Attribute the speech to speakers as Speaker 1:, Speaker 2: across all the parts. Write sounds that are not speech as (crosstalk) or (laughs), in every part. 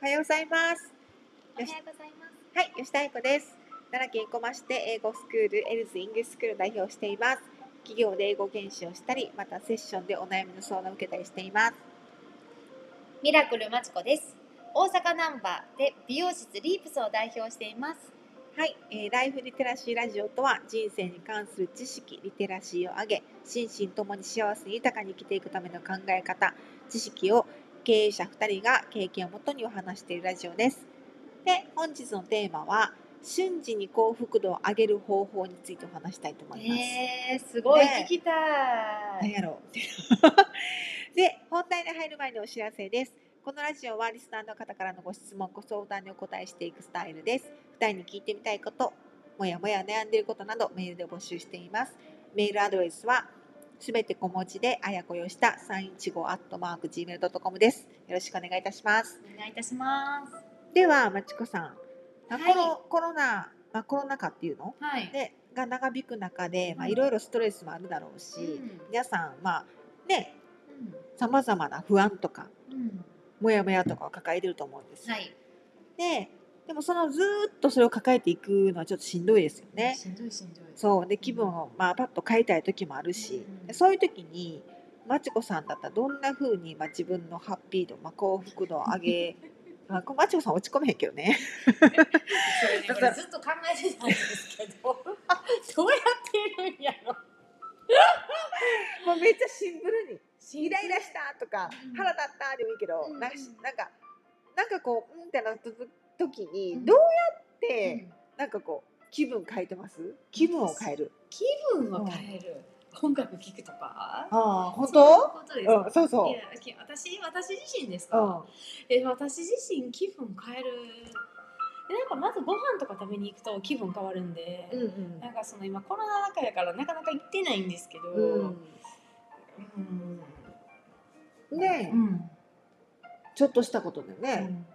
Speaker 1: おはようございます。
Speaker 2: おはようございます。
Speaker 1: はい、吉田愛子です。奈良県生駒市で英語スクールエルズイングリッシュスクールを代表をしています。企業で英語研修をしたり、またセッションでお悩みの相談を受けたりしています。
Speaker 2: ミラクルまちこです。大阪ナンバーで美容室リープスを代表しています。
Speaker 1: はい、えーライフリテラシーラジオとは人生に関する知識リテラシーを上げ心身ともに幸せに豊かに生きていくための考え方知識を経営者2人が経験をもとにお話しているラジオですで本日のテーマは瞬時に幸福度を上げる方法についてお話したいと思います、
Speaker 2: えー、すごい
Speaker 1: ね
Speaker 2: 聞きた
Speaker 1: なん
Speaker 2: い。
Speaker 1: やろう (laughs) で本題に入る前にお知らせですこのラジオはリスナーの方からのご質問ご相談にお答えしていくスタイルです2人に聞いてみたいこともやもや悩んでいることなどメールで募集していますメールアドレスはすべて小文字であやこよした315アットマーク gmail.com ですよろしくお願いいたします
Speaker 2: お願いいたします。
Speaker 1: ではまちこさん、まあ
Speaker 2: はい
Speaker 1: このコロナ、まあ、コロナ禍っていうの
Speaker 2: はい。
Speaker 1: でが長引く中でまあ
Speaker 2: うん
Speaker 1: いろいろストレスもあるだろうし、
Speaker 2: うん
Speaker 1: 皆さんまあねさまざまな不安とか
Speaker 2: うん、うん、
Speaker 1: モヤモヤとかを抱えてると思うんです、
Speaker 2: はい。
Speaker 1: ででもそのずーっとそれを抱えていくのはちょっとしんどいですよね。
Speaker 2: しんどいしんどい。
Speaker 1: そうで気分をまあパッと変えたい時もあるし、
Speaker 2: うん
Speaker 1: でそういう時にまちこさんだったらどんな風にまあ自分のハッピー度、まあ、幸福度を上 (laughs) げまあこうまちこさん落ち込めへんけどね
Speaker 2: それね、これずっと考えてたんですけど、
Speaker 1: (laughs)
Speaker 2: どうやっているんやろ。
Speaker 1: (laughs) もうめっちゃシンプルにイライラ
Speaker 2: し
Speaker 1: したとか
Speaker 2: うん
Speaker 1: 腹立ったでもいいけど、
Speaker 2: うん
Speaker 1: なんかしなんかなんかこううんってなった時
Speaker 2: う
Speaker 1: に
Speaker 2: ん
Speaker 1: どうやってて、なんかこう気分変えてます気分を変える
Speaker 2: 気分を変える。音楽聴くとか。
Speaker 1: ああ本
Speaker 2: そういうことですか。
Speaker 1: うんそうそう
Speaker 2: いやき私私自身です
Speaker 1: う
Speaker 2: か。
Speaker 1: ん
Speaker 2: え私自身気分変えるでなんかまずご飯とか食べに行くと気分変わるんで、
Speaker 1: うんうん
Speaker 2: なんかその今コロナ中やからなかなか行ってないんですけど、うん
Speaker 1: うんね
Speaker 2: う
Speaker 1: え
Speaker 2: ん
Speaker 1: ちょっとしたことで
Speaker 2: う
Speaker 1: ね
Speaker 2: ん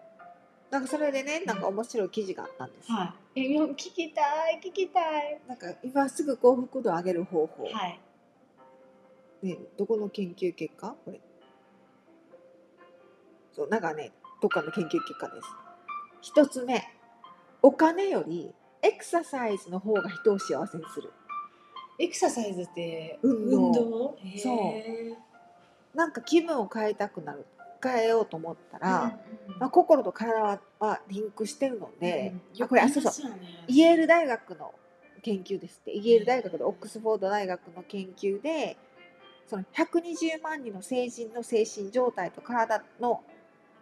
Speaker 1: なんかそれでねなんか面白い記事があったんです
Speaker 2: はいえもう聞きたい聞きたい
Speaker 1: なんか今すぐ幸福度を上げる方法
Speaker 2: はい
Speaker 1: ねどこの研究結果これそうなんかねどっかの研究結果です一つ目お金よりエクササイズの方が人を幸せにする
Speaker 2: エクササイズって
Speaker 1: 運動
Speaker 2: へー
Speaker 1: そうなんか気分を変えたくなる変えようと思ったら、
Speaker 2: うんうん
Speaker 1: まあ、心と体ははリンクしてるので、
Speaker 2: うん
Speaker 1: あこれあ
Speaker 2: よく
Speaker 1: そう
Speaker 2: 言い
Speaker 1: そ
Speaker 2: ま
Speaker 1: う
Speaker 2: すよね
Speaker 1: イェール大学の研究ですってイェール大学とオックスフォード大学の研究でその120万人の成人の精神状態と体の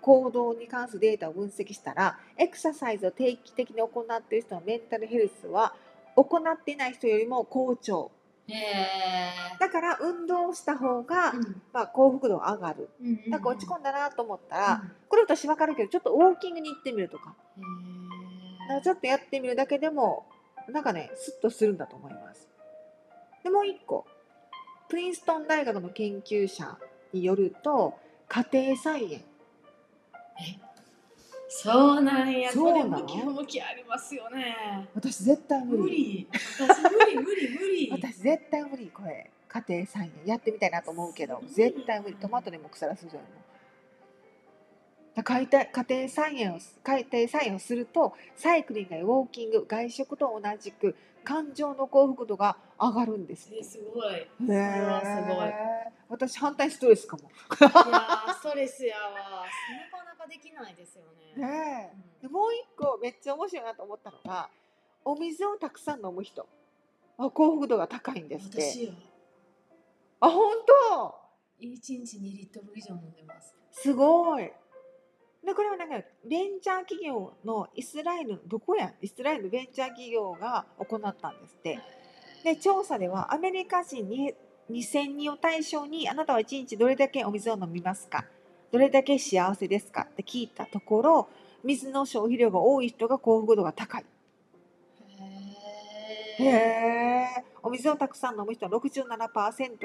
Speaker 1: 行動に関するデータを分析したらエクササイズを定期的に行っている人のメンタルヘルスは行っていない人よりも好調
Speaker 2: へ
Speaker 1: だから運動をした方が、
Speaker 2: ーうん
Speaker 1: まあ、幸福度が上がる
Speaker 2: うんうんうん
Speaker 1: なんか落ち込んだなと思った
Speaker 2: う
Speaker 1: ら、
Speaker 2: ん
Speaker 1: これ私分かるけどちょっとウォーキングに行ってみるとかだからちょっとやってみるだけでもなんかねスッとするんだと思いますでもう一個プリンストン大学の研究者によると家庭菜園
Speaker 2: そうなんや
Speaker 1: そうなの
Speaker 2: これ向き不向きありますよね
Speaker 1: 私絶対無理
Speaker 2: 無理私無理無理無理
Speaker 1: (laughs) 私絶対無理これ家庭菜園やってみたいなと思うけど
Speaker 2: 無理
Speaker 1: 絶対無理トマトでも腐らすじゃんだから家庭家庭菜園をす家庭菜園をするとサイクリングやウォーキング外食と同じく感情の幸福度が上がるんですって
Speaker 2: えすごい
Speaker 1: へ
Speaker 2: それはすごい
Speaker 1: ー私反対ストレスかも。
Speaker 2: いや
Speaker 1: (laughs)
Speaker 2: ーストレスやわなかなかできないですよね
Speaker 1: ねえでもう一個めっちゃ面白いなと思ったのがお水をたくさん飲む人あ幸福度が高いん
Speaker 2: うん
Speaker 1: ですって。
Speaker 2: 私よ
Speaker 1: あ本当
Speaker 2: 一日2リットル以上飲んでます
Speaker 1: すごいでこれはなんかベンチャー企業のイスラエルのどこやイスラエルのベンチャー企業が行ったんですって。で調査ではアメリカ人に2000人を対象にあなたは1日どれだけお水を飲みますかどれだけ幸せですかって聞いたところ水の消費量が多い人が幸福度が高い。
Speaker 2: へえ
Speaker 1: へーお水をたくさん飲む人の67%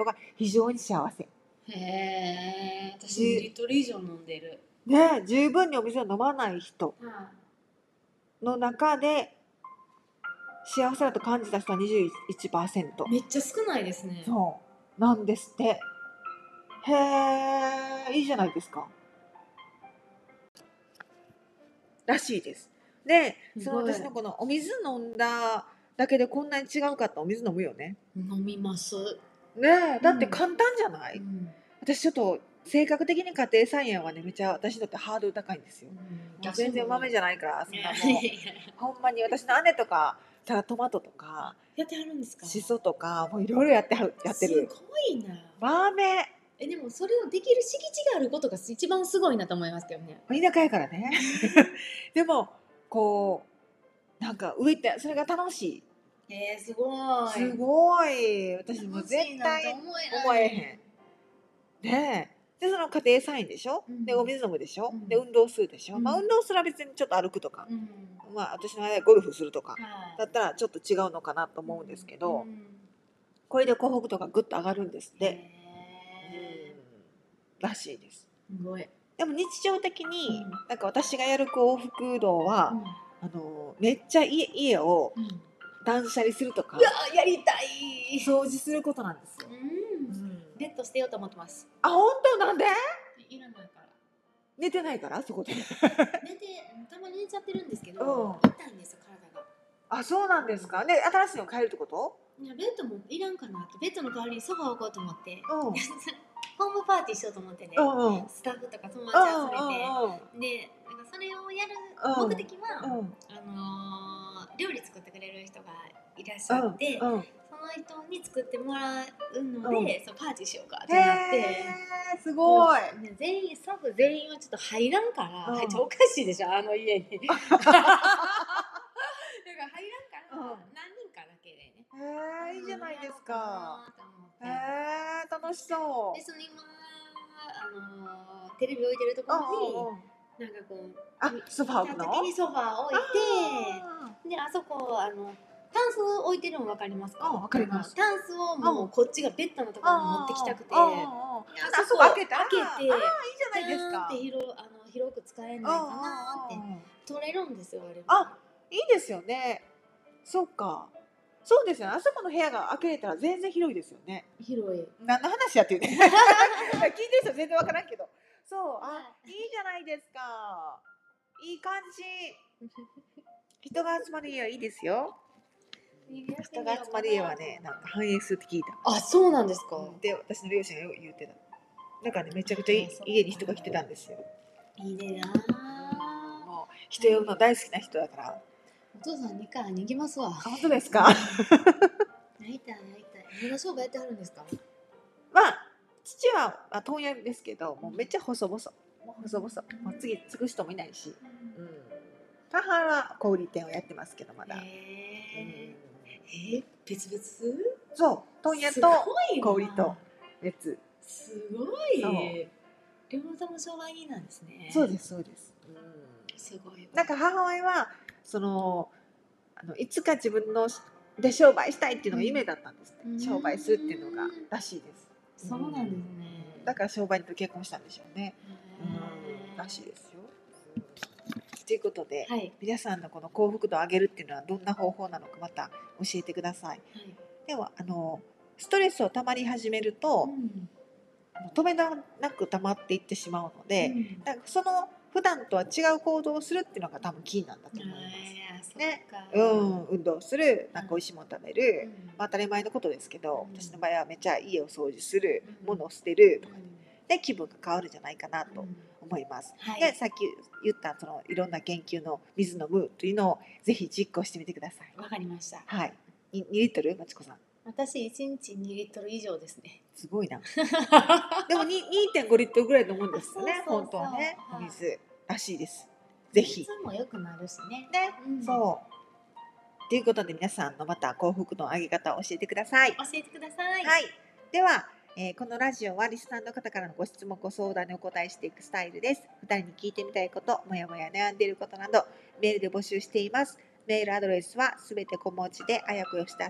Speaker 1: が非常に幸せ。
Speaker 2: へえ私2リットル以上飲んでる
Speaker 1: ねえ十分にお水を飲まない人
Speaker 2: は
Speaker 1: の中で幸せだと感じた人は21%。
Speaker 2: いめっちゃ少ないですね
Speaker 1: そうなんですって。へえいいじゃないですか。らしいです。で、その
Speaker 2: すごい
Speaker 1: 私のこのお水飲んだだけでこんなに違うかったお水飲むよね。
Speaker 2: 飲みます、
Speaker 1: ねえ、だって
Speaker 2: うん
Speaker 1: 簡単じゃない、
Speaker 2: うん
Speaker 1: 私ちょっと性格的に家庭菜園はね、めちゃ私だってハードル高いんですよ。もう全然豆じ
Speaker 2: ゃ
Speaker 1: ゃないから、そんなもう
Speaker 2: ね
Speaker 1: ほんまに私の姉とか、ただトマトとか、
Speaker 2: やってはるんですか
Speaker 1: しそとか、もういろいろやってはる、やってる。
Speaker 2: すごいな
Speaker 1: バーメ
Speaker 2: えでもそれをできる敷地があることが一番すごいなと思いますけどね
Speaker 1: ン、田舎やからね。 (laughs) でも、こう、なんか植えて、それが楽しい。
Speaker 2: えー、すご
Speaker 1: すごい私もう絶対
Speaker 2: 思
Speaker 1: 思えへんねえでその家庭菜園でしょ、
Speaker 2: うん
Speaker 1: でお水飲むでしょ、
Speaker 2: うん
Speaker 1: で運動するでしょ、
Speaker 2: うん
Speaker 1: まあ運動すら別にちょっと歩くとか、
Speaker 2: ん、うん
Speaker 1: まあ私の間でゴルフするとか
Speaker 2: はい
Speaker 1: だったらちょっと違うのかなと思うんですけど、
Speaker 2: うん
Speaker 1: これで幸福度がぐっと上がるんですって、
Speaker 2: へ
Speaker 1: うんらしいです
Speaker 2: ーすごい、
Speaker 1: でも日常的に
Speaker 2: うん
Speaker 1: なんか私がやる幸福度は、あのめっちゃ家家を
Speaker 2: うん
Speaker 1: 断捨離するとか
Speaker 2: うわーやりたい
Speaker 1: 掃除することなんですよ、
Speaker 2: うん
Speaker 1: うん
Speaker 2: ベッド捨てようと思ってます
Speaker 1: あ本当なんで
Speaker 2: いらないから
Speaker 1: 寝てないからそこで
Speaker 2: 寝てたまに寝ちゃってるんですけ
Speaker 1: ど
Speaker 2: ど、痛いんですよ体が
Speaker 1: あそうなんですかで新しいの変えるってこと
Speaker 2: いやベッドもいらんかなってベッドの代わりにソファー置こうと思って
Speaker 1: うん
Speaker 2: ホームパーティーしようと思ってね、
Speaker 1: うんうん
Speaker 2: スタッフとか
Speaker 1: う
Speaker 2: 友達
Speaker 1: ん
Speaker 2: 集めて、
Speaker 1: う
Speaker 2: でなんかそれをやる
Speaker 1: うん
Speaker 2: 目的は、
Speaker 1: んうん
Speaker 2: あのー料理作ってくれる人がいらっしゃって、
Speaker 1: うん
Speaker 2: その人に作ってもらうので、そうパーティーしようかって
Speaker 1: へ
Speaker 2: なって。
Speaker 1: えすごい
Speaker 2: ね全員スタッフ全員はちょっと入らんから、
Speaker 1: うん
Speaker 2: 入っちゃおかしいでしょあの家にだから入らんから、
Speaker 1: うん
Speaker 2: 何人かだけでね
Speaker 1: へえいいじゃないですか
Speaker 2: うんやろうなと思っ
Speaker 1: へ
Speaker 2: て
Speaker 1: え楽しそ
Speaker 2: でその今あのーテレビ置いてるとこ
Speaker 1: うう
Speaker 2: ろ
Speaker 1: んうん
Speaker 2: になんかこう
Speaker 1: あソファー置く
Speaker 2: 見た
Speaker 1: の
Speaker 2: 時にソファー置い
Speaker 1: あ
Speaker 2: てであそこあのタンス置いてるの分かりますか
Speaker 1: うん分かります
Speaker 2: タンスをもうこっちがベッドのと
Speaker 1: ー
Speaker 2: ころに持ってきたくて
Speaker 1: うんうんうん
Speaker 2: で
Speaker 1: あそこ開けたら
Speaker 2: 開
Speaker 1: あーいい
Speaker 2: け
Speaker 1: じ
Speaker 2: て
Speaker 1: ゃないです
Speaker 2: ダーン
Speaker 1: か
Speaker 2: って広あの広く使えないかな
Speaker 1: うんう
Speaker 2: ーって
Speaker 1: んうん
Speaker 2: 取れるんですよあれも
Speaker 1: あいいですよねそうかそうですよねあそこの部屋が開けれたら全然広いですよね
Speaker 2: 広い
Speaker 1: 何の話やっていう (laughs) ね聞いてる人全然わからんけどそうあいいじゃないですかいい感じ人が集まる家はいいですよ人が集まる家はねなんか繁栄するって聞いた
Speaker 2: あそうなんですか、
Speaker 1: で私の両親がよく言ってたなんかねめちゃくちゃい
Speaker 2: あそう
Speaker 1: 家に人が来てたんですよ
Speaker 2: いいねなー
Speaker 1: もう人呼ぶの大好きな人だから
Speaker 2: お父さん2回逃げますわ
Speaker 1: あ本当ですか
Speaker 2: 泣いたい泣いたい無駄商売やってはるんですか
Speaker 1: まあ父はまあ問屋ですけどもうめっちゃ細々もう細々もう次継ぐ人もいないし、うん、母は小売店をやってますけどまだ、
Speaker 2: えー
Speaker 1: うん
Speaker 2: えー、別々
Speaker 1: そう問屋
Speaker 2: す
Speaker 1: と
Speaker 2: ごいな
Speaker 1: 小売りと別
Speaker 2: すご
Speaker 1: そう
Speaker 2: い両方とも障害人なんですね
Speaker 1: そう
Speaker 2: で
Speaker 1: ですそうです、
Speaker 2: すすごいわ
Speaker 1: なんか母親はそのあのいつか自分ので商売したいっていうのが夢だったんですって、
Speaker 2: うん
Speaker 1: 商売するっていうのがらしいです
Speaker 2: そうなんですね
Speaker 1: だから商売人と結婚したんでしょうね、
Speaker 2: へー
Speaker 1: らしいですよ、ということで、
Speaker 2: はい、
Speaker 1: 皆さんのこの幸福度を上げるっていうのはどんな方法なのかまた教えてください
Speaker 2: はい
Speaker 1: ではあのストレスを溜まり始めると、
Speaker 2: うん
Speaker 1: 止めなく溜まっていってしまうので、
Speaker 2: うん
Speaker 1: なんかその普段とは違う行動をするっていうのが多分キーなんだと思います。
Speaker 2: あーそっ
Speaker 1: ね
Speaker 2: か
Speaker 1: うん、運動する、なんか美味しいもの食べる、まあ、
Speaker 2: ま
Speaker 1: 当たり前のことですけど、
Speaker 2: うん
Speaker 1: 私の場合はめっちゃ家を掃除する、
Speaker 2: うん
Speaker 1: 物を捨てるとかで気分が変わるんじゃないかなと思います。
Speaker 2: はい、
Speaker 1: で、さっき言ったそのいろんな研究の水飲むというのをぜひ実行してみてください。
Speaker 2: わかりました。
Speaker 1: はい、に2リットル、まちこさん、
Speaker 2: 私一日2リットル以上ですね。
Speaker 1: すごい
Speaker 2: (laughs)
Speaker 1: な。でもに2.5リットルぐらい飲むんですよね
Speaker 2: あ、そうそう
Speaker 1: 本
Speaker 2: そう
Speaker 1: 当はね、
Speaker 2: はい
Speaker 1: お水らしいです。ぜひ。
Speaker 2: も良くなるしね。
Speaker 1: ね、
Speaker 2: うん
Speaker 1: そう。ということで皆さんのまた幸福の上げ方を教えてください。
Speaker 2: 教えてください。
Speaker 1: はい。では、えーこのラジオはリスナーの方からのご質問、ご相談にお答えしていくスタイルです。2人に聞いてみたいこと、もやもや悩んでいることなど、メールで募集しています。メールアドレスはすべて小文字で、あやこよした315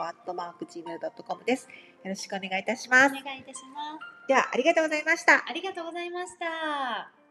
Speaker 1: アットマーク Gmail.com です。よろしくお願いいたしま
Speaker 2: お
Speaker 1: す。
Speaker 2: 願いいたします。
Speaker 1: では、ありがとうございました。
Speaker 2: ありがとうございました。